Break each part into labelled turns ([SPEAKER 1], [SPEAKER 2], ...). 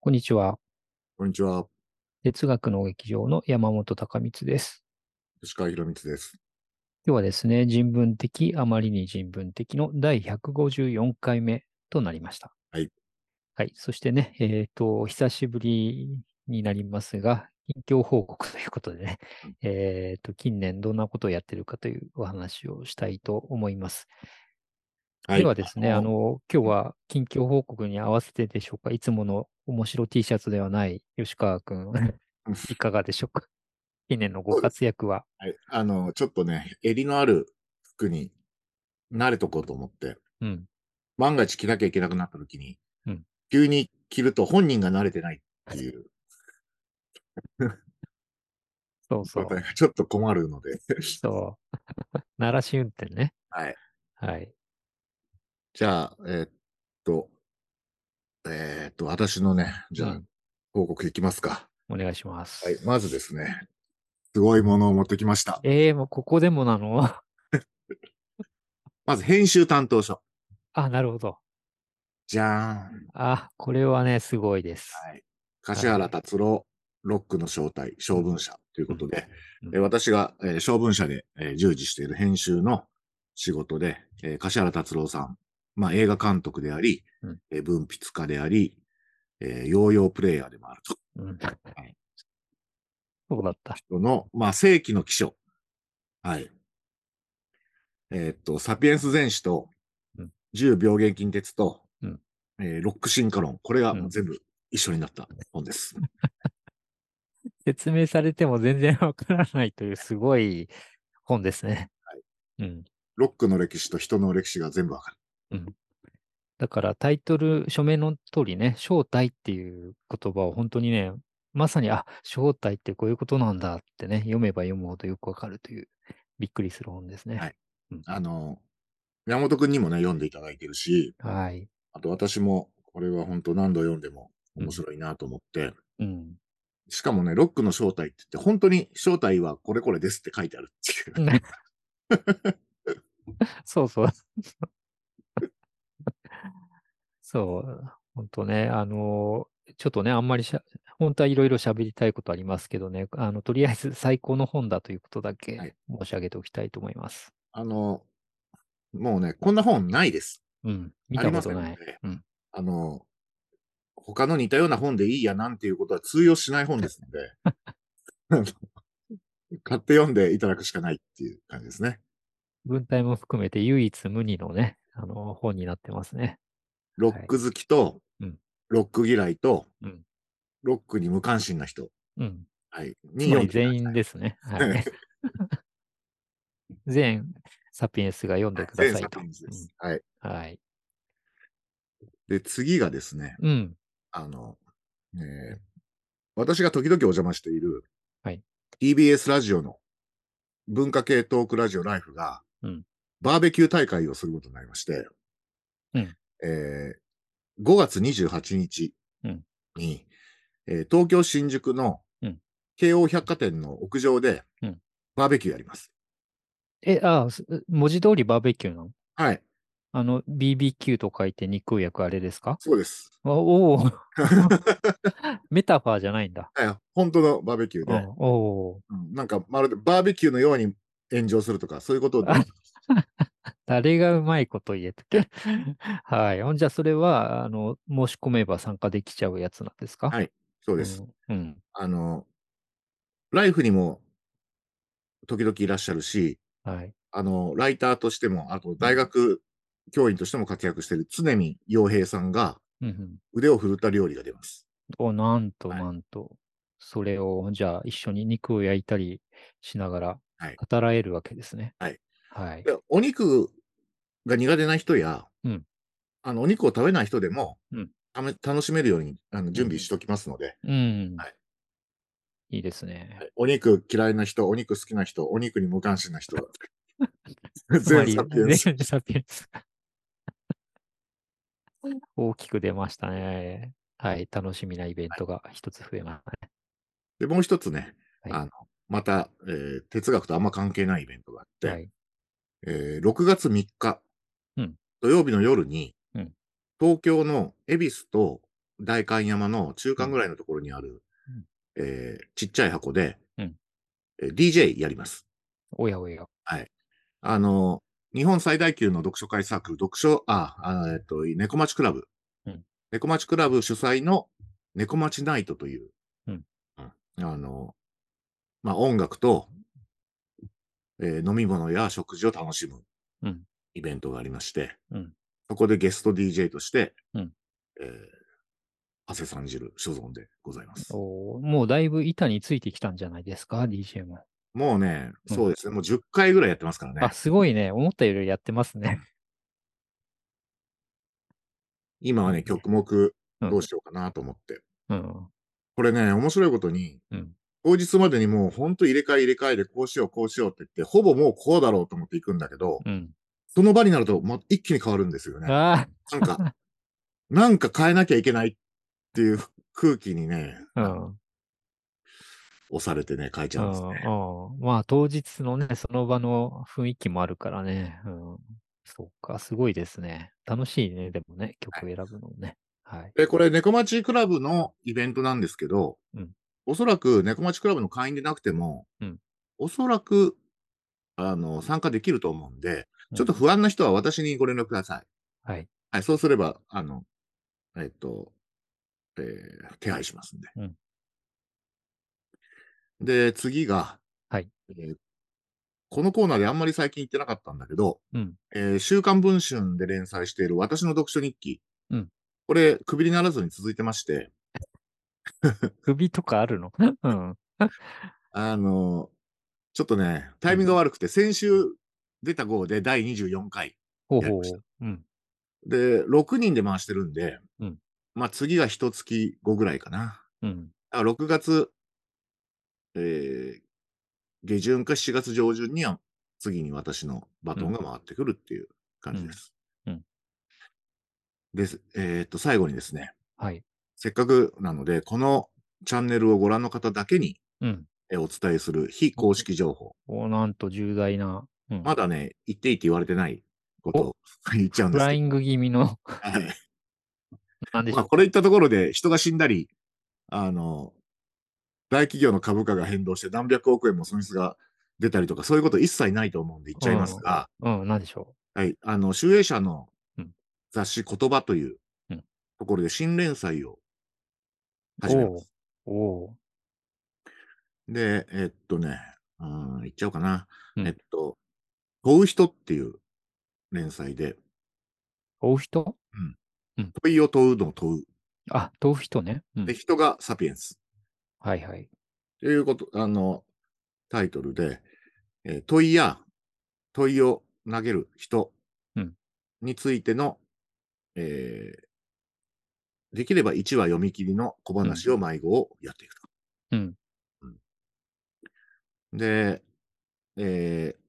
[SPEAKER 1] こんにちは。
[SPEAKER 2] こんにちは。
[SPEAKER 1] 哲学の劇場の山本隆光です。
[SPEAKER 2] 吉川博光です。
[SPEAKER 1] 今日はですね、人文的、あまりに人文的の第154回目となりました。
[SPEAKER 2] はい。
[SPEAKER 1] はい。そしてね、えっ、と、久しぶりになりますが、近況報告ということでね、えっ、と、近年どんなことをやってるかというお話をしたいと思います。
[SPEAKER 2] は
[SPEAKER 1] ではですね、あ
[SPEAKER 2] の、
[SPEAKER 1] の、今日は近況報告に合わせてでしょうか、いつもの面白 T シャツではない吉川くん、 いかがでしょうか。近年のご活躍 は。
[SPEAKER 2] はい、あの、ちょっとね、襟のある服に慣れとこうと思って、
[SPEAKER 1] うん。
[SPEAKER 2] 万が一着なきゃいけなくなった時に、
[SPEAKER 1] うん
[SPEAKER 2] 急に着ると本人が慣れてないっていう
[SPEAKER 1] そう そ
[SPEAKER 2] 状
[SPEAKER 1] う。
[SPEAKER 2] 態がちょっと困るので、
[SPEAKER 1] そう。 鳴らし運転ね。
[SPEAKER 2] はい。
[SPEAKER 1] はい。
[SPEAKER 2] じゃあ、えーっと、えーっと、私のね、じゃあ、
[SPEAKER 1] うん
[SPEAKER 2] 報告いきますか。
[SPEAKER 1] お願いします。
[SPEAKER 2] はい、まずですね、すごいものを持ってきました。
[SPEAKER 1] えー、もうここでもなの
[SPEAKER 2] まず、編集担当者。
[SPEAKER 1] あ、なるほど。
[SPEAKER 2] じゃーん。
[SPEAKER 1] あ、これはね、すごいです。
[SPEAKER 2] はい。柏原達郎、ロックの正体、小文社ということで、
[SPEAKER 1] うん
[SPEAKER 2] えー私が、えー小文社で、えー従事している編集の仕事で、えー柏原達郎さん、まあ、映画監督であり、
[SPEAKER 1] うん
[SPEAKER 2] えー文筆家であり、えーヨーヨープレイヤーでもあると。
[SPEAKER 1] うん。そうだった。
[SPEAKER 2] その、まあ、世紀の起書。はい。えーっと、サピエンス全史と
[SPEAKER 1] うん、
[SPEAKER 2] 十病原菌鉄と、
[SPEAKER 1] うん
[SPEAKER 2] えーロック進化論。これがもううん全部一緒になった本です。
[SPEAKER 1] 説明されても全然わからないというすごい本ですね。うん。
[SPEAKER 2] ロックの歴史と人の歴史が全部わかる。
[SPEAKER 1] だからタイトル、署名の通りね、正体っていう言葉を本当にね、まさに、あ、正体ってこういうことなんだってね、読めば読むほどよくわかるという、びっくりする本ですね。
[SPEAKER 2] はい
[SPEAKER 1] うん。
[SPEAKER 2] あの、山本くんにもね、読んでいただいてるし、
[SPEAKER 1] はい。
[SPEAKER 2] あと私も、これは本当何度読んでも面白いなと思って、
[SPEAKER 1] うん。
[SPEAKER 2] しかもね、ロックの正体って言って、本当に正体はこれこれですって書いてあるっていう。
[SPEAKER 1] ねそうそう。 そう、本当ね、あの、ちょっとね、あんまりしゃ、本当はいろいろ喋りたいことありますけどね、あの、とりあえず最高の本だということだ
[SPEAKER 2] は
[SPEAKER 1] け
[SPEAKER 2] い
[SPEAKER 1] 申し上げておきたいと思います。
[SPEAKER 2] あの、もうね、こんな本ないです。
[SPEAKER 1] うん、見
[SPEAKER 2] あ
[SPEAKER 1] た
[SPEAKER 2] り
[SPEAKER 1] こ
[SPEAKER 2] ま
[SPEAKER 1] と
[SPEAKER 2] せん
[SPEAKER 1] ない。
[SPEAKER 2] ので
[SPEAKER 1] うん
[SPEAKER 2] あの、他の似たような本でいいやなんていうことは通用しない本です ので、あの買って読んでいただくしかないっていう感じですね。
[SPEAKER 1] 文体も含めて唯一無二のね、あの、本になってますね。
[SPEAKER 2] ロック好きと、
[SPEAKER 1] うん
[SPEAKER 2] ロック嫌いと、
[SPEAKER 1] うん
[SPEAKER 2] ロックに無関心な人、
[SPEAKER 1] うん。
[SPEAKER 2] はい、
[SPEAKER 1] つ
[SPEAKER 2] に
[SPEAKER 1] ま
[SPEAKER 2] 読ん
[SPEAKER 1] り全
[SPEAKER 2] でいただきた
[SPEAKER 1] 員
[SPEAKER 2] い
[SPEAKER 1] ですね。 はい。全サピエンスが読んでくだ
[SPEAKER 2] 全
[SPEAKER 1] さい
[SPEAKER 2] 作
[SPEAKER 1] と。
[SPEAKER 2] 品です、はい。
[SPEAKER 1] うんはい。
[SPEAKER 2] で、次がですね、
[SPEAKER 1] うん。
[SPEAKER 2] あの、えー私が時々お邪魔している、
[SPEAKER 1] はい、
[SPEAKER 2] TBS ラジオの文化系トークラジオライフが、
[SPEAKER 1] うん
[SPEAKER 2] バーベキュー大会をすることになりまして、
[SPEAKER 1] うん
[SPEAKER 2] えー5月28日
[SPEAKER 1] うん
[SPEAKER 2] に、えー東京新宿の
[SPEAKER 1] うん
[SPEAKER 2] 京王百貨店の屋上で、
[SPEAKER 1] うん
[SPEAKER 2] バーベキューやります。
[SPEAKER 1] え、ああ、す文字通りバーベキューなの
[SPEAKER 2] はい、
[SPEAKER 1] あの、BBQ と書いて肉を焼くあれですか
[SPEAKER 2] そうです。
[SPEAKER 1] あお おメタファーじゃないんだ。
[SPEAKER 2] はい本当のバーベキュー
[SPEAKER 1] う
[SPEAKER 2] で、
[SPEAKER 1] んおお
[SPEAKER 2] うんなんかまるでバーベキューのように炎上するとか、そういうことで
[SPEAKER 1] あ誰がうまいこと言えて。 はい。ほんじゃ、それは、あの、申し込めば参加できちゃうやつなんですか
[SPEAKER 2] はいそうです。
[SPEAKER 1] うん。うん
[SPEAKER 2] あの、ライフにも時々いらっしゃるし、
[SPEAKER 1] はい。
[SPEAKER 2] あの、ライターとしても、あと大学教員としても活躍している常見洋平さんが
[SPEAKER 1] うんうん、
[SPEAKER 2] 腕を振るった料理が出ます。
[SPEAKER 1] お、なんと
[SPEAKER 2] はい
[SPEAKER 1] なんと。それを、じゃあ、一緒に肉を焼いたりしながら
[SPEAKER 2] はい、
[SPEAKER 1] 語らえるわけですね。
[SPEAKER 2] はい。
[SPEAKER 1] はい。
[SPEAKER 2] でお肉が苦手な人や、
[SPEAKER 1] うん
[SPEAKER 2] あの、お肉を食べない人でも、
[SPEAKER 1] うん
[SPEAKER 2] ため楽しめるようにあの準備しておきますので、
[SPEAKER 1] うん。
[SPEAKER 2] はい
[SPEAKER 1] いいですね。
[SPEAKER 2] はいお肉嫌いな人、お肉好きな人、お肉に無関心 な人、
[SPEAKER 1] つま
[SPEAKER 2] 全
[SPEAKER 1] り
[SPEAKER 2] サピエンス。
[SPEAKER 1] 全サピエンス大きく出ましたね。はい、楽しみなイベントが一つ増えましたね。
[SPEAKER 2] で、もう一つね、
[SPEAKER 1] は
[SPEAKER 2] あのまた、えー哲学とあんま関係ないイベントがあって、
[SPEAKER 1] い。はい、
[SPEAKER 2] えー6月3日、
[SPEAKER 1] うん
[SPEAKER 2] 土曜日の夜に、
[SPEAKER 1] うん
[SPEAKER 2] 東京の恵比寿と代官山の中間ぐらいのところにある、えーちっちゃい箱で、
[SPEAKER 1] うん
[SPEAKER 2] えー DJ やります。
[SPEAKER 1] おやおや。
[SPEAKER 2] あの、日本最大級の読書会サークル、読書、あ、あのえっと、猫町クラブ
[SPEAKER 1] うん。
[SPEAKER 2] 猫町クラブ主催の猫町ナイトという、
[SPEAKER 1] うん
[SPEAKER 2] うんあの、まあ、音楽と、えー飲み物や食事を楽しむ
[SPEAKER 1] うん
[SPEAKER 2] イベントがありまして、
[SPEAKER 1] うん
[SPEAKER 2] そこでゲスト DJ として、
[SPEAKER 1] うん
[SPEAKER 2] えー、長谷さん汁所存でございます。
[SPEAKER 1] おーもうだいぶ板についてきたんじゃないですか、DJ も。
[SPEAKER 2] もうね、
[SPEAKER 1] うん
[SPEAKER 2] そうですね、もう10回ぐらいやってますからね
[SPEAKER 1] あ、。すごいね。思ったよりやってますね。
[SPEAKER 2] 今はね、曲目
[SPEAKER 1] うん
[SPEAKER 2] どうしようかなと思って。
[SPEAKER 1] うん。
[SPEAKER 2] これね、面白いことに、
[SPEAKER 1] うん
[SPEAKER 2] 当日までにもうほんと入れ替え入れ替えでこうしようこうしようって言って、ほぼもうこうだろうと思っていくんだけど、
[SPEAKER 1] うん。
[SPEAKER 2] その場になると、ま、一気に変わるんですよね。
[SPEAKER 1] あ
[SPEAKER 2] なん か、なんか変えなきゃいけないっていう空気にね、
[SPEAKER 1] あ、うん。
[SPEAKER 2] 押されてね、変えち
[SPEAKER 1] う
[SPEAKER 2] ゃうんです
[SPEAKER 1] ん
[SPEAKER 2] ね。
[SPEAKER 1] うんまあ当日のね、その場の雰囲気もあるからね。うん。そうか、すごいですね。楽しいね、でもね、曲選ぶのもね。はい。
[SPEAKER 2] で、これ、猫町クラブのイベントなんですけど、
[SPEAKER 1] うん
[SPEAKER 2] おそらく猫町クラブの会員でなくても、
[SPEAKER 1] うん
[SPEAKER 2] おそらく、あの、参加できると思うんで、
[SPEAKER 1] うん
[SPEAKER 2] ちょっと不安な人は私にご連絡ください。
[SPEAKER 1] はい。
[SPEAKER 2] はい、そうすれば、あの、えっと、えー手配しますんで。
[SPEAKER 1] うん
[SPEAKER 2] で、次が、
[SPEAKER 1] はい
[SPEAKER 2] えーこのコーナーであんまり最近言ってなかったんだけど、
[SPEAKER 1] うん
[SPEAKER 2] えー週刊文春で連載している私の読書日記。
[SPEAKER 1] うん
[SPEAKER 2] これ、クビにならずに続いてまして、
[SPEAKER 1] 首とかあるのうん。
[SPEAKER 2] あのちょっとね、タイミングが悪くて、先週出た号で第24回。
[SPEAKER 1] ほう
[SPEAKER 2] やり
[SPEAKER 1] ほう
[SPEAKER 2] ました。
[SPEAKER 1] うん。
[SPEAKER 2] で、6人で回してるんで、
[SPEAKER 1] うん
[SPEAKER 2] まあ次が一月後ぐらいかな。
[SPEAKER 1] うん。
[SPEAKER 2] あ6月、えー下旬か7月上旬には、次に私のバトンが回ってくるっていう感じです。
[SPEAKER 1] うんうん
[SPEAKER 2] です。えーっと、最後にですね、
[SPEAKER 1] はい。
[SPEAKER 2] せっかくなので、このチャンネルをご覧の方だけに
[SPEAKER 1] うん。
[SPEAKER 2] えーお伝えする非公式情報。
[SPEAKER 1] おなんと重大な。うん、
[SPEAKER 2] まだね、言っていいって言われてないことを 言っちゃうん
[SPEAKER 1] フ
[SPEAKER 2] です
[SPEAKER 1] ラ
[SPEAKER 2] け
[SPEAKER 1] イング気味 の、
[SPEAKER 2] ど。はい
[SPEAKER 1] なんでし
[SPEAKER 2] ま
[SPEAKER 1] ょ
[SPEAKER 2] あ、これ言ったところで人が死んだり、あの、大企業の株価が変動して何百億円も損失が出たりとか、そういうこと一切ないと思うんで言っちゃいますが、
[SPEAKER 1] う。うん、なんでしょ
[SPEAKER 2] はい、あの、集英社の
[SPEAKER 1] うん
[SPEAKER 2] 雑誌言葉という
[SPEAKER 1] うん
[SPEAKER 2] ところで新連載を
[SPEAKER 1] う。
[SPEAKER 2] 始めます。
[SPEAKER 1] おおう
[SPEAKER 2] で、えっとね、うん、言っちゃおうかな。
[SPEAKER 1] うん
[SPEAKER 2] えっと、問う人っていう連載で、
[SPEAKER 1] おう人
[SPEAKER 2] 問いを問うの問う。
[SPEAKER 1] あ、豆腐人ね。うん
[SPEAKER 2] で、。人がサピエンス。
[SPEAKER 1] はいはい。
[SPEAKER 2] ということ、あの、タイトルで、えー問いや問いを投げる人
[SPEAKER 1] うん
[SPEAKER 2] についての、えーできれば1話読み切りの小話を迷子をやっていくと。
[SPEAKER 1] うん。
[SPEAKER 2] で、えー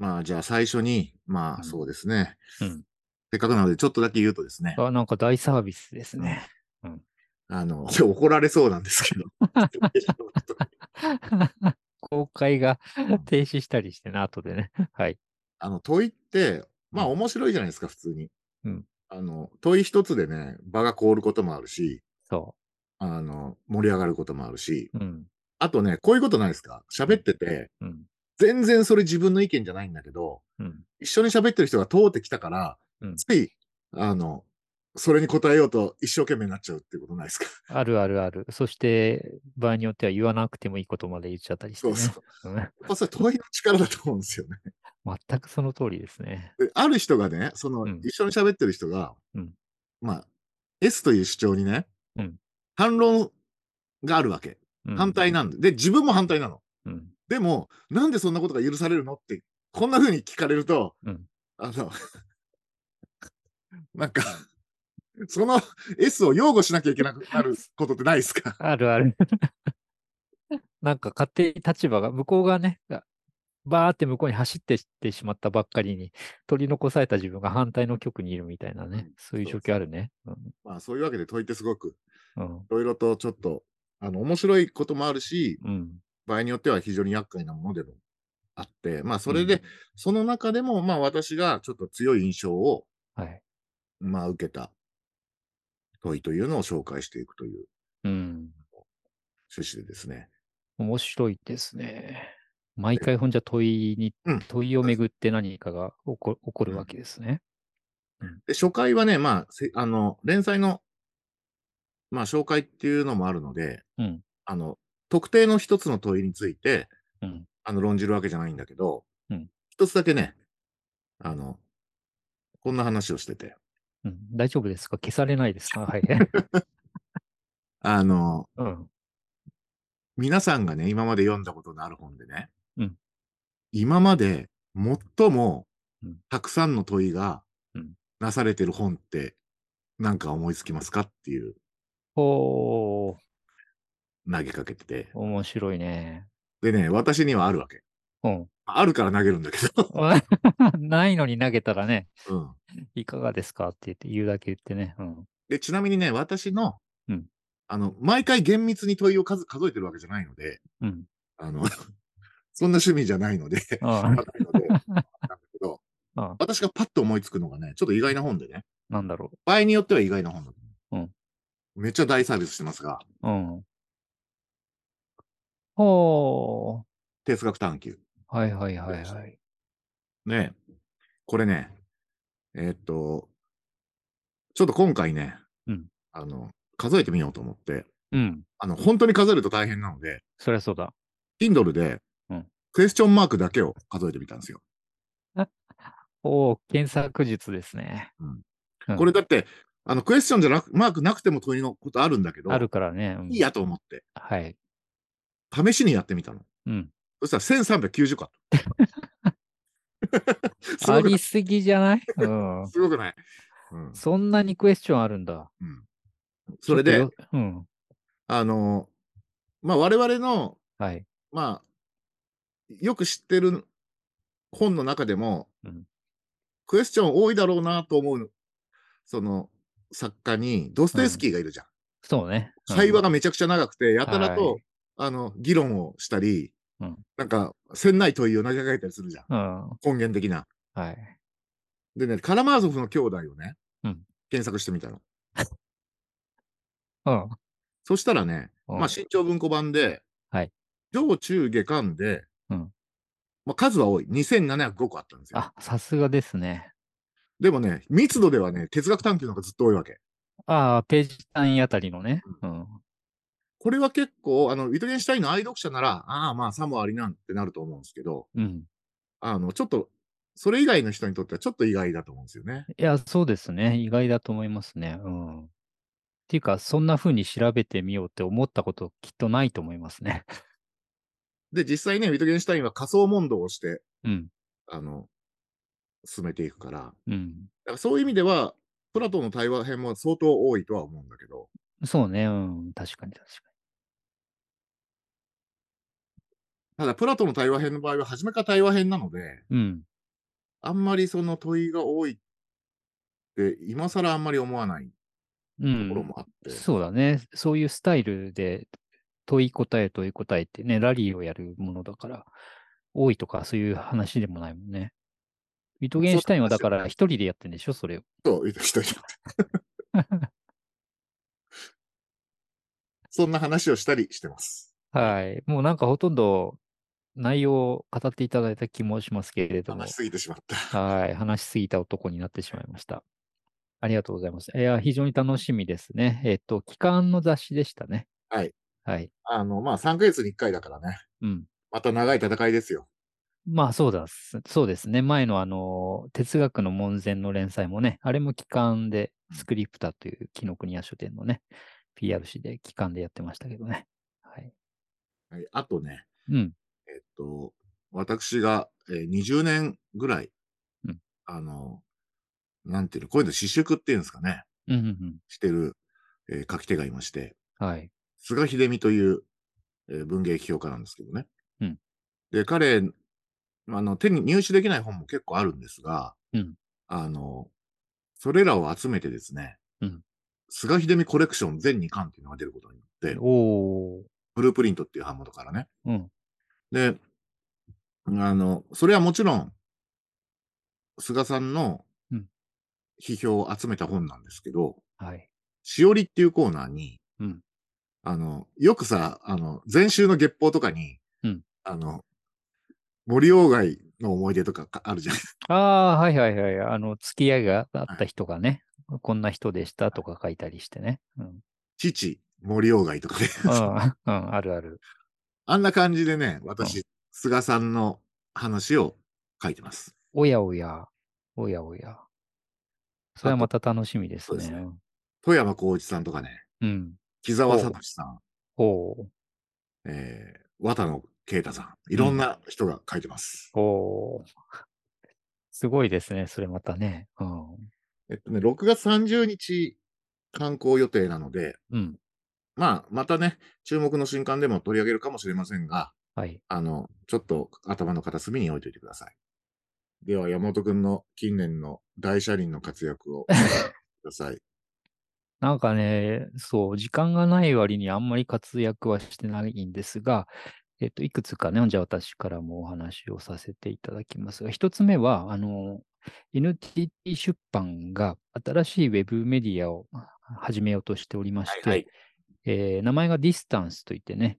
[SPEAKER 2] まあじゃあ最初に、ま
[SPEAKER 1] う
[SPEAKER 2] あ
[SPEAKER 1] ん
[SPEAKER 2] そうですね、
[SPEAKER 1] うん
[SPEAKER 2] せっかくなのでちょっとだけ言うとですね、
[SPEAKER 1] あ、なんか大サービスですね。
[SPEAKER 2] あの、 怒られそうなんですけ ど、
[SPEAKER 1] 公開が停止したりしてな、後でね。はい。
[SPEAKER 2] あの、問いって、まあ
[SPEAKER 1] うん
[SPEAKER 2] 面白いじゃないですか、普通に。
[SPEAKER 1] うん
[SPEAKER 2] あの、問い一つでね、場が凍ることもあるし、
[SPEAKER 1] そ
[SPEAKER 2] あの、盛り上がることもあるし、
[SPEAKER 1] う。うん。
[SPEAKER 2] あとね、こういうことないですか喋ってて、
[SPEAKER 1] うん。
[SPEAKER 2] 全然それ自分の意見じゃないんだけど、
[SPEAKER 1] うん。
[SPEAKER 2] 一緒に喋ってる人が通ってきたから、
[SPEAKER 1] うん
[SPEAKER 2] つい、あの、それに答えようと一生懸命になっちゃうってことないですか
[SPEAKER 1] あるあるある。そして、場合によっては言わなくてもいいことまで言っちゃったりして
[SPEAKER 2] そ
[SPEAKER 1] ね。
[SPEAKER 2] うそう。
[SPEAKER 1] うん
[SPEAKER 2] やっぱそれ問いの力だと思うんですよね。
[SPEAKER 1] 全くその通りですね。
[SPEAKER 2] である人がね、その、
[SPEAKER 1] うん
[SPEAKER 2] 一緒に喋ってる人が、
[SPEAKER 1] うん
[SPEAKER 2] まあ、S という主張にね、
[SPEAKER 1] うん
[SPEAKER 2] 反論があるわけ。
[SPEAKER 1] うん
[SPEAKER 2] 反対なんで、で、自分も反対なの。
[SPEAKER 1] うん。
[SPEAKER 2] でも、なんでそんなことが許されるのって、こんな風に聞かれると、
[SPEAKER 1] うん
[SPEAKER 2] あの、 なんか、その S を擁護しなきゃいけなくなることってないです か
[SPEAKER 1] あるある。なんか勝手に立場が、向こうがね、がバーって向こうに走ってってしまったばっかりに、取り残された自分が反対の局にいるみたいなね、
[SPEAKER 2] うん
[SPEAKER 1] そういう
[SPEAKER 2] そ
[SPEAKER 1] 状
[SPEAKER 2] うそ
[SPEAKER 1] 況
[SPEAKER 2] う
[SPEAKER 1] あるね。うん
[SPEAKER 2] まあ、そういうわけで問いってすごく、
[SPEAKER 1] うん
[SPEAKER 2] いろいろとちょっと、あの、面白いこともあるし、
[SPEAKER 1] うん
[SPEAKER 2] 場合によっては非常に厄介なものでもあって、まあ、それで、、その中でも、まあ、私がちょっと強い印象を、
[SPEAKER 1] うんはい。
[SPEAKER 2] まあ、受けた問いというのを紹介していくという
[SPEAKER 1] うん。
[SPEAKER 2] 趣旨でですね。
[SPEAKER 1] 面白いですね。毎回ほんじゃ問いに、
[SPEAKER 2] うん
[SPEAKER 1] 問いをめぐって何かが起こ起こるわけですね。
[SPEAKER 2] で、初回はね、まあ、せあの、連載の、まあ、紹介っていうのもあるので、
[SPEAKER 1] うん
[SPEAKER 2] あの、特定の一つの問いについて、
[SPEAKER 1] うん。
[SPEAKER 2] あの、論じるわけじゃないんだけど、
[SPEAKER 1] うん
[SPEAKER 2] 一つだけね、あの、こんな話をしてて、
[SPEAKER 1] うん、大丈夫ですか消されないですかはい。
[SPEAKER 2] あの、
[SPEAKER 1] うん。
[SPEAKER 2] 皆さんがね、今まで読んだことのある本でね、
[SPEAKER 1] うん
[SPEAKER 2] 今まで最も
[SPEAKER 1] うん
[SPEAKER 2] たくさんの問いが
[SPEAKER 1] うん
[SPEAKER 2] なされてる本って、なんか思いつきますかっていう
[SPEAKER 1] おー、
[SPEAKER 2] 投げかけてて。
[SPEAKER 1] 面白いね。
[SPEAKER 2] でね、私にはあるわけ。
[SPEAKER 1] うん。
[SPEAKER 2] あるから投げるんだけど、
[SPEAKER 1] ないのに投げたらね、
[SPEAKER 2] うん
[SPEAKER 1] いかがですかって言って、言うだけ言ってね。うん。
[SPEAKER 2] で。ちなみにね、私の、
[SPEAKER 1] うん
[SPEAKER 2] あの、毎回厳密に問いを数数えてるわけじゃないので、
[SPEAKER 1] うん。
[SPEAKER 2] あの、そんな趣味じゃないので、
[SPEAKER 1] あ
[SPEAKER 2] わかんないのでなんだけど
[SPEAKER 1] あ
[SPEAKER 2] 私がパッと思いつくのがね、ちょっと意外な本でね、
[SPEAKER 1] なんだろ
[SPEAKER 2] 場合によっては意外な本だと
[SPEAKER 1] う
[SPEAKER 2] 思う。めっちゃ大サービスしてますが、
[SPEAKER 1] う。うん。ほ
[SPEAKER 2] 哲学探求。
[SPEAKER 1] ー。はいはいはいはい。
[SPEAKER 2] ねえこれね、えーっと、ちょっと今回ね、
[SPEAKER 1] うん
[SPEAKER 2] あの、数えてみようと思って、
[SPEAKER 1] うん。
[SPEAKER 2] あの、本当に数えると大変なので、
[SPEAKER 1] そりゃそうだ。
[SPEAKER 2] Kindle で
[SPEAKER 1] うん、
[SPEAKER 2] クエスチョンマークだけを数えてみたんですよ。
[SPEAKER 1] おー、検索術ですね。うん
[SPEAKER 2] これだって、あの、クエスチョンじゃなく、マークなくても問いのことあるんだけど、
[SPEAKER 1] あるからね。うん
[SPEAKER 2] いいやと思って、
[SPEAKER 1] はい。
[SPEAKER 2] 試しにやってみたの。
[SPEAKER 1] うん。
[SPEAKER 2] そしたら1390か と。 す
[SPEAKER 1] あ
[SPEAKER 2] ごくな
[SPEAKER 1] り
[SPEAKER 2] い
[SPEAKER 1] すぎじゃ ないうん。
[SPEAKER 2] すごくない。うん、
[SPEAKER 1] そんなにクエスチョンあるんだ。
[SPEAKER 2] それで
[SPEAKER 1] ちょっ、とよ。うん。
[SPEAKER 2] あの、まあ、我々の、
[SPEAKER 1] はい。
[SPEAKER 2] まあ、よく知ってる本の中でも、
[SPEAKER 1] うん
[SPEAKER 2] クエスチョン多いだろうなと思う、その、作家に、ドステフスキーがいるじゃん。
[SPEAKER 1] そうね。うん
[SPEAKER 2] 会話がめちゃくちゃ長くて、やたらと、
[SPEAKER 1] はい
[SPEAKER 2] あの、議論をしたり、
[SPEAKER 1] うん
[SPEAKER 2] なんか、せんない問いを投げかけたりするじゃん。
[SPEAKER 1] うん。
[SPEAKER 2] 根源的な。
[SPEAKER 1] はい。
[SPEAKER 2] でね、カラマーゾフの兄弟をね、
[SPEAKER 1] うん
[SPEAKER 2] 検索してみたの。
[SPEAKER 1] うん。
[SPEAKER 2] そしたらね、
[SPEAKER 1] うん
[SPEAKER 2] まあ、新潮文庫版で、
[SPEAKER 1] はい
[SPEAKER 2] 上中下巻で、
[SPEAKER 1] うん
[SPEAKER 2] まあ、数は多い。2705個あったんですよ。
[SPEAKER 1] あ、さすがですね。
[SPEAKER 2] でもね、密度ではね、哲学探求の方がずっと多いわけ。
[SPEAKER 1] ああ、ページ単位あたりのね。うん。
[SPEAKER 2] これは結構、あの、ウィトゲンシュタインの愛読者なら、ああ、まあ、さもありなんってなると思うんですけど、
[SPEAKER 1] うん。
[SPEAKER 2] あの、ちょっと、それ以外の人にとってはちょっと意外だと思うんですよね。
[SPEAKER 1] いや、そうですね。意外だと思いますね。うん。っていうか、そんな風に調べてみようって思ったこときっとないと思いますね。
[SPEAKER 2] で、実際ね、ウィトゲンシュタインは仮想問答をして、
[SPEAKER 1] うん。
[SPEAKER 2] あの、進めていくから、だか
[SPEAKER 1] うん。
[SPEAKER 2] らそういう意味では、プラトンの対話編も相当多いとは思うんだけど、
[SPEAKER 1] そうね。うん。確かに確か
[SPEAKER 2] ただ、プラトンの対話編の場合は、初めから対話編なので、
[SPEAKER 1] に。うん。
[SPEAKER 2] あんまりその問いが多いって、今更あんまり思わない
[SPEAKER 1] うん
[SPEAKER 2] ところもあって、
[SPEAKER 1] そうだね。そういうスタイルで問い答え問い答えってね、ラリーをやるものだから、多いとかそういう話でもないもんね。ウィトゲンシュタインはだから一人でやってんでしょ、それを。
[SPEAKER 2] そう言った人いたそんな話をしたりしてます。
[SPEAKER 1] はい。もうなんかほとんど内容を語っていただいた気もしますけれども
[SPEAKER 2] 話し、すぎてしまった。
[SPEAKER 1] はい。話しすぎた男になってしまいました。ありがとうございます。いや、非常に楽しみですね。えっと、期間の雑誌でしたね。
[SPEAKER 2] はい。
[SPEAKER 1] はい。
[SPEAKER 2] あの、まあ、3ヶ月に1回だからね。
[SPEAKER 1] うん。
[SPEAKER 2] また長い戦いですよ。
[SPEAKER 1] まあそうだっす、そうですね。前のあの、哲学の門前の連載もね、あれも期間で、スクリプタという紀ノ国屋書店のね、PR c で期間でやってましたけどね。はい。
[SPEAKER 2] はい、あとね、
[SPEAKER 1] うん。
[SPEAKER 2] えっと、私が、えー20年ぐらい、
[SPEAKER 1] うん
[SPEAKER 2] あの、なんていうの、こういうの、私縮っていうんですかね。
[SPEAKER 1] うんうん
[SPEAKER 2] してる、えー書き手がいまして、
[SPEAKER 1] うん。はい。
[SPEAKER 2] 菅秀美という、えー文芸批評家なんですけどね。
[SPEAKER 1] うん
[SPEAKER 2] で、彼、あの、手に入手できない本も結構あるんですが、
[SPEAKER 1] うん
[SPEAKER 2] あの、それらを集めてですね、
[SPEAKER 1] うん
[SPEAKER 2] 菅秀美コレクション全2巻っていうのが出ることによって、
[SPEAKER 1] おー。
[SPEAKER 2] ブループリントっていう版元からね。
[SPEAKER 1] うん。
[SPEAKER 2] で、あの、それはもちろん、菅さんの
[SPEAKER 1] うん
[SPEAKER 2] 批評を集めた本なんですけど、
[SPEAKER 1] はい。
[SPEAKER 2] しおりっていうコーナーに、
[SPEAKER 1] うん
[SPEAKER 2] あの、よくさ、あの、前週の月報とかに、
[SPEAKER 1] うん
[SPEAKER 2] あの、森鴎外の思い出とかか あるじゃん。
[SPEAKER 1] ああ、はいはいはい。あの、付き合いがあった人がね、こんな人でしたとか書いたりしてね。うん。
[SPEAKER 2] 父、森鴎外とかね。
[SPEAKER 1] ああ うん、あるある。
[SPEAKER 2] あんな感じでね、私、菅さんの話を書いてます。
[SPEAKER 1] おやおや、おやおや。それはまた楽しみです
[SPEAKER 2] あとそう
[SPEAKER 1] ね。
[SPEAKER 2] です富山浩一さんとかね、
[SPEAKER 1] うん。
[SPEAKER 2] 木澤聡さん、
[SPEAKER 1] お
[SPEAKER 2] えー、渡野啓太さん、いろんな人が書いてます。
[SPEAKER 1] おおー すごいですね、それまたね。うん。
[SPEAKER 2] えっとね、6月30日観光予定なので、
[SPEAKER 1] うん。
[SPEAKER 2] まあ、またね、注目の新刊でも取り上げるかもしれませんが、
[SPEAKER 1] はい。
[SPEAKER 2] あの、ちょっと頭の片隅に置いといてください。では、山本くんの近年の大車輪の活躍を ください。
[SPEAKER 1] なんかね、そう、時間がない割にあんまり活躍はしてないんですが、えっと、いくつかね、じゃあ私からもお話をさせていただきますが、一つ目は、あの、NTT 出版が新しいウェブメディアを始めようとしておりまして、
[SPEAKER 2] はいはい
[SPEAKER 1] えー名前が Distance といってね、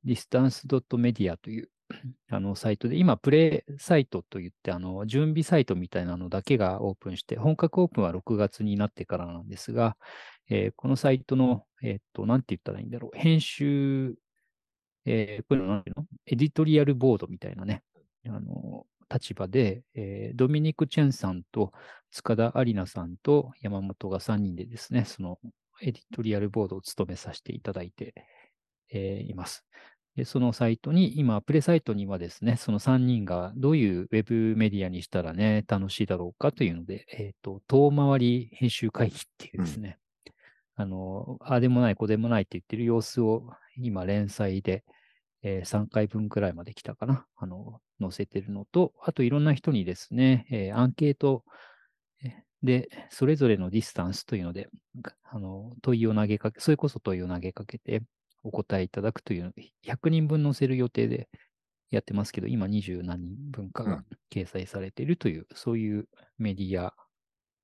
[SPEAKER 1] distance.media という あのサイトで、今、プレイサイトといって、あの、準備サイトみたいなのだけがオープンして、本格オープンは6月になってからなんですが、えーこのサイトの、えーっと、なんて言ったらいいんだろう、編集、えーこれなんていうのエディトリアルボードみたいなね、あの、立場で、えードミニク・チェンさんと塚田有奈さんと山本が3人でですね、そのエディトリアルボードを務めさせていただいて、えーいます。で、そのサイトに、今、プレサイトにはですね、その3人がどういうウェブメディアにしたらね、楽しいだろうかというので、えっ、と、遠回り編集会議っていうですね、あの、ああでもない、こうでもないって言ってる様子を、今、連載で、え3回分くらいまで来たかな、あの、載せてるのと、あといろんな人にですね、えーアンケートえで、それぞれのディスタンスというので、があの、問いを投げかけ、それこそ問いを投げかけてお答えいただくという、100人分載せる予定でやってますけど、今20何人分か
[SPEAKER 2] う
[SPEAKER 1] が
[SPEAKER 2] ん
[SPEAKER 1] 掲載されているという、そういうメディア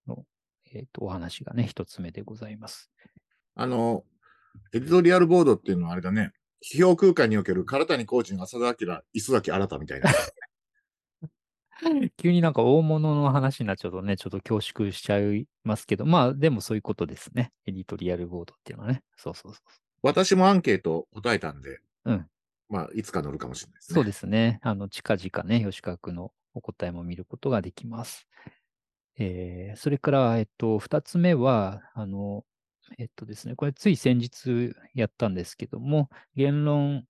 [SPEAKER 1] の、えーとお話がね、一つ目でございます。
[SPEAKER 2] あの、エディトリアルボードっていうのはあれだね、批評空間における唐谷コーチの浅田明、磯崎新みたい な。
[SPEAKER 1] 急になんか大物の話になっちゃうとね、ちょっと恐縮しちゃいますけど、まあでもそういうことですね。エディトリアルボードっていうのはね。そうそうそう。
[SPEAKER 2] 私もアンケート答えたんで、
[SPEAKER 1] うん
[SPEAKER 2] まあ、いつか乗るかもしれないですね。
[SPEAKER 1] そうですね。あの、近々ね、吉川君のお答えも見ることができます。えーそれから、えっと、二つ目は、あの、えっとですね、これつい先日やったんですけども、言論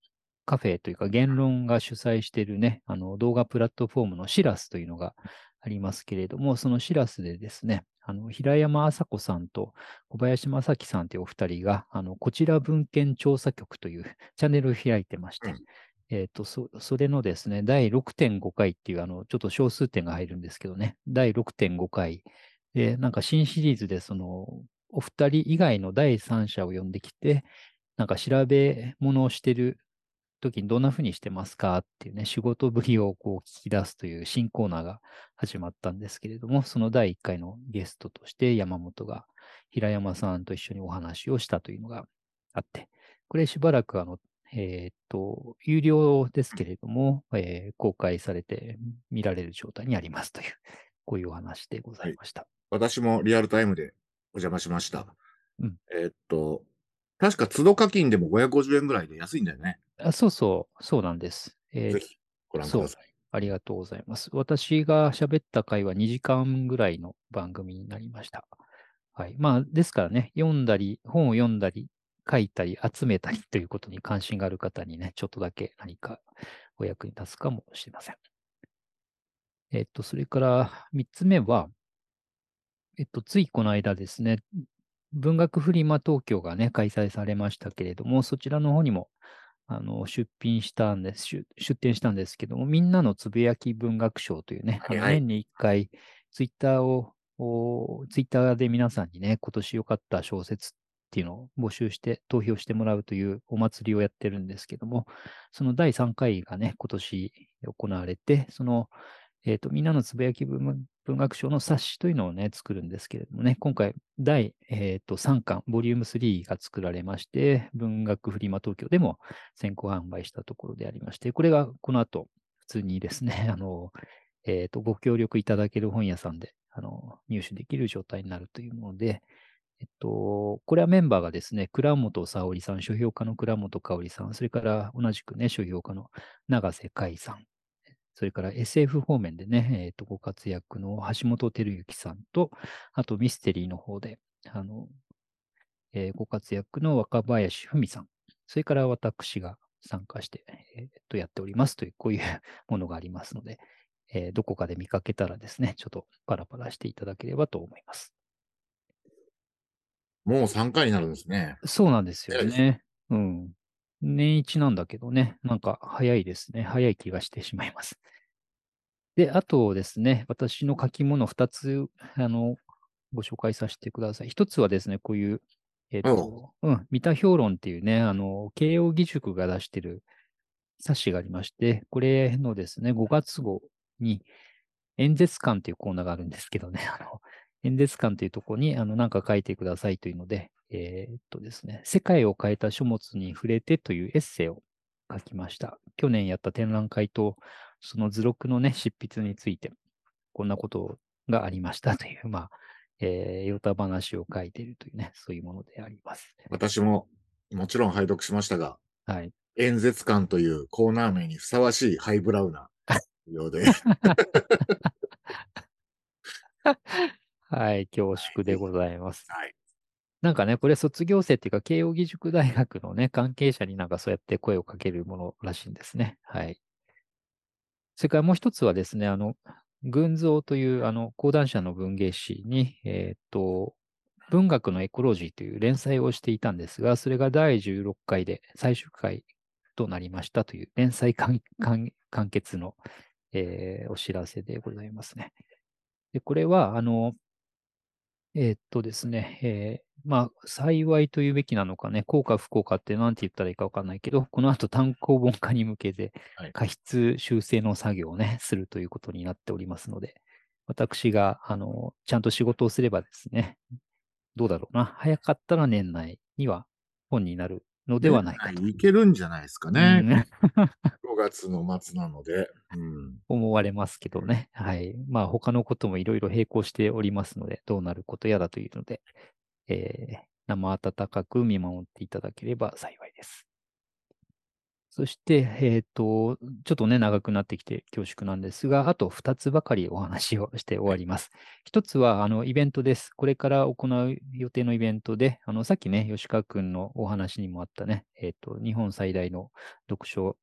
[SPEAKER 1] カフェというか、言論が主催しているね、あの、動画プラットフォームのシラスというのがありますけれども、そのシラスでですね、あの、平山麻子さんと小林正樹さんというお二人が、あの、こちら文献調査局というチャンネルを開いてまして、
[SPEAKER 2] うん
[SPEAKER 1] えっ、とそ、それのですね、第6.5回っていう、あの、ちょっと小数点が入るんですけどね、第6.5回で、なんか新シリーズで、その、お二人以外の第三者を呼んできて、なんか調べ物をしてる時にどんな風にしてますかっていうね、仕事ぶりをこう聞き出すという新コーナーが始まったんですけれども、その第1回のゲストとして山本が平山さんと一緒にお話をしたというのがあって、これしばらくあの、えーっと、有料ですけれども、えー公開されて見られる状態にありますという、 こういうお話でございました。
[SPEAKER 2] 私もリアルタイムでお邪魔しました。
[SPEAKER 1] うん
[SPEAKER 2] えーっと、確か都度課金でも550円ぐらいで安いんだよね。
[SPEAKER 1] あそうそう、そうなんです。えー
[SPEAKER 2] ぜひご覧ください。
[SPEAKER 1] ありがとうございます。私が喋った回は2時間ぐらいの番組になりました。はい。まあ、ですからね、読んだり、本を読んだり、書いたり、集めたりということに関心がある方にね、ちょっとだけ何かお役に立つかもしれません。えっと、それから3つ目は、えっと、ついこの間ですね、文学フリマ東京がね、開催されましたけれども、そちらの方にもあの出品したんです出、出展したんですけども、みんなのつぶやき文学賞というね、あの
[SPEAKER 2] はいはい
[SPEAKER 1] 年に1回、ツイッターを、おツイッターで皆さんにね、今年良かった小説っていうのを募集して、投票してもらうというお祭りをやってるんですけども、その第3回がね、今年行われて、その、えっ、と、みんなのつぶやき文文学賞の冊子というのをね、作るんですけれどもね、今回、第、えー、と3巻、ボリューム3が作られまして、文学フリマ東京でも先行販売したところでありまして、これがこの後、普通にですね、 あの、えっ、と、ご協力いただける本屋さんで、あの、入手できる状態になるというもので、えっと、これはメンバーがですね、倉本沙織さん、書評家の倉本香織さん、それから同じくね、書評家の永瀬海さん、それから SF 方面でね、えっと、ご活躍の橋本照之さんと、あとミステリーの方で、あの、えーご活躍の若林文さん、それから私が参加して、えーっと、やっておりますという、こういう ものがありますので、えーどこかで見かけたらですね、ちょっとパラパラしていただければと思います。
[SPEAKER 2] もう3回になるんですね。
[SPEAKER 1] そうなんですよ
[SPEAKER 2] 早いです
[SPEAKER 1] ね。うん。年一なんだけどね、なんか早いですね。早い気がしてしまいます。で、あとですね、私の書き物2つ、あの、ご紹介させてください。1つはですね、こういう、えっ、と、うん、三田評論っていうね、あの、慶応義塾が出してる冊子がありまして、これのですね、5月号に、演説館っていうコーナーがあるんですけどね、あの、演説館というところに、あの、なんか書いてくださいというので、えーっとですね、世界を変えた書物に触れてというエッセイを書きました。去年やった展覧会と、その図録のね、執筆について、こんなことがありましたという、まあ、えー、ヨタ話を書いているというね、そういうものであります。
[SPEAKER 2] 私ももちろん拝読しましたが、
[SPEAKER 1] はい。
[SPEAKER 2] 演説館というコーナー名にふさわしいハイブラウなようで、
[SPEAKER 1] はい、恐縮でございます。
[SPEAKER 2] はい
[SPEAKER 1] なんかね、これ卒業生っていうか、慶應義塾大学のね、関係者になんかそうやって声をかけるものらしいんですね。はい。それからもう一つはですね、あの、群像という、あの、講談社の文芸誌に、えーっと、文学のエコロジーという連載をしていたんですが、それが第16回で最終回となりましたという連載完完完結の、えーお知らせでございますね。で、これは、あの、えーっとですね、えーまあ、幸いというべきなのかね、効果不効果って何て言ったらいいかわかんないけど、この後単行本化に向けて
[SPEAKER 2] はい、
[SPEAKER 1] 過失修正の作業をね、するということになっておりますので、私が、あの、ちゃんと仕事をすればですね、どうだろうな、早かったら年内には本になるの ではないかと。
[SPEAKER 2] いけるんじゃないですか
[SPEAKER 1] う
[SPEAKER 2] ね。
[SPEAKER 1] ん
[SPEAKER 2] 5月の末なので、うん、
[SPEAKER 1] 思われますけどね。 はい。まあ、他のこともいろいろ並行しておりますので、どうなることやらというので、えー生温かく見守っていただければ幸いです。そして、えっ、と、ちょっとね、長くなってきて恐縮なんですが、あと2つばかりお話をして終わります。1つは、あの、イベントです。これから行う予定のイベントで、あの、さっきね、吉川くんのお話にもあったね、えっ、と、日本最大の読書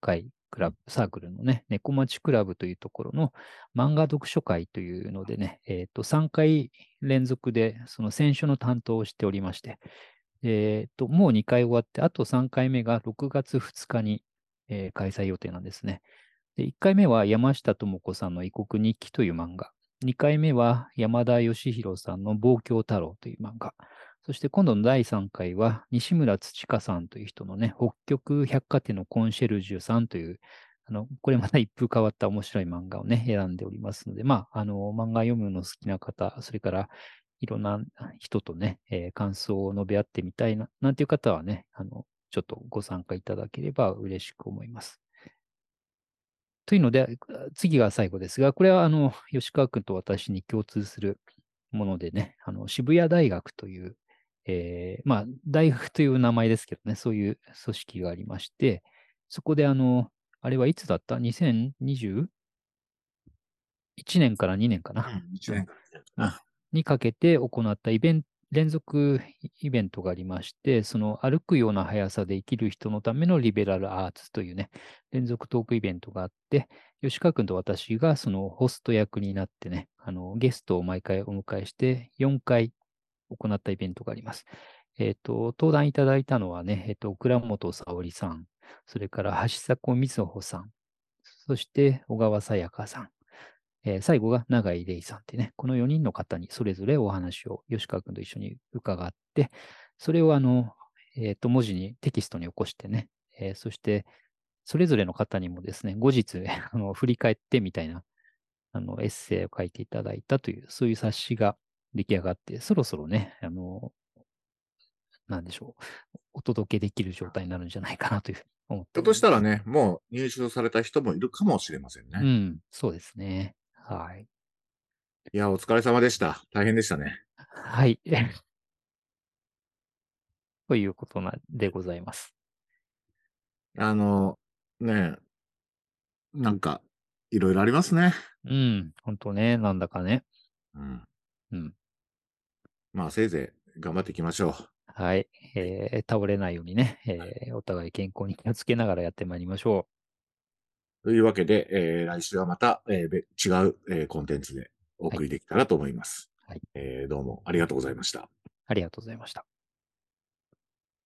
[SPEAKER 1] 会クラブ、サークルのね、猫町クラブというところの漫画読書会というのでね、えっ、と、3回連続でその選書の担当をしておりまして、えっ、と、もう2回終わって、あと3回目が6月2日に、えー開催予定なんですね。で、1回目は山下智子さんの異国日記という漫画。2回目は山田義弘さんの望郷太郎という漫画。そして今度の第3回は、西村土香さんという人のね、北極百貨店のコンシェルジュさんという、あの、これまた一風変わった面白い漫画をね、選んでおりますので、まあ、あの、漫画読むの好きな方、それから、いろんな人とね、えー感想を述べ合ってみたいな、なんていう方はね、あの、ちょっとご参加いただければ嬉しく思います。というので、次が最後ですが、これはあの、吉川君と私に共通するものでね、あの、渋谷大学という、えーまあ、大学という名前ですけどね、そういう組織がありまして、そこであの、あれはいつだった ?2021 年から2年かな。
[SPEAKER 2] 1年間
[SPEAKER 1] にかけて行ったイベント、連続イベントがありまして、その歩くような速さで生きる人のためのリベラルアーツというね、連続トークイベントがあって、吉川君と私がそのホスト役になってね、あのゲストを毎回お迎えして、4回行ったイベントがあります。えっ、と、登壇いただいたのはね、えっ、と、倉本沙織さん、それから橋迫瑞穂さん、そして小川さやかさん、えー最後が永井玲衣さんってね、この4人の方にそれぞれお話を吉川君と一緒に伺って、それをあの、えっ、と、文字にテキストに起こしてね、 えーそして、それぞれの方にもですね、後日、あの振り返ってみたいなあの、エッセイを書いていただいたという、そういう冊子が出来上がって、そろそろね、あの、なんでしょう、お届けできる状態になるんじゃないかなというふうに思って
[SPEAKER 2] ひょっとしたらね、もう入手された人もいるかもしれませんね。
[SPEAKER 1] う
[SPEAKER 2] い
[SPEAKER 1] ん、そうですね。はい。
[SPEAKER 2] や、お疲れ様でした。大変でしたね。
[SPEAKER 1] はい。 ということなんでございます。
[SPEAKER 2] あの、ねえなんか、いろいろありますね。
[SPEAKER 1] うん、ほんとね、なんだかね。
[SPEAKER 2] うん。
[SPEAKER 1] うん。
[SPEAKER 2] まあ、せいぜい頑張っていきましょう。
[SPEAKER 1] はい。えー倒れないようにね、えーお互い健康に気をつけながらやってまいりましょ
[SPEAKER 2] というわけで、えー来週はまた、えーべ違う、えーコンテンツでお送りできたらと思います。
[SPEAKER 1] はい
[SPEAKER 2] えーどうもありがとうございました。
[SPEAKER 1] う。ありがとうございました。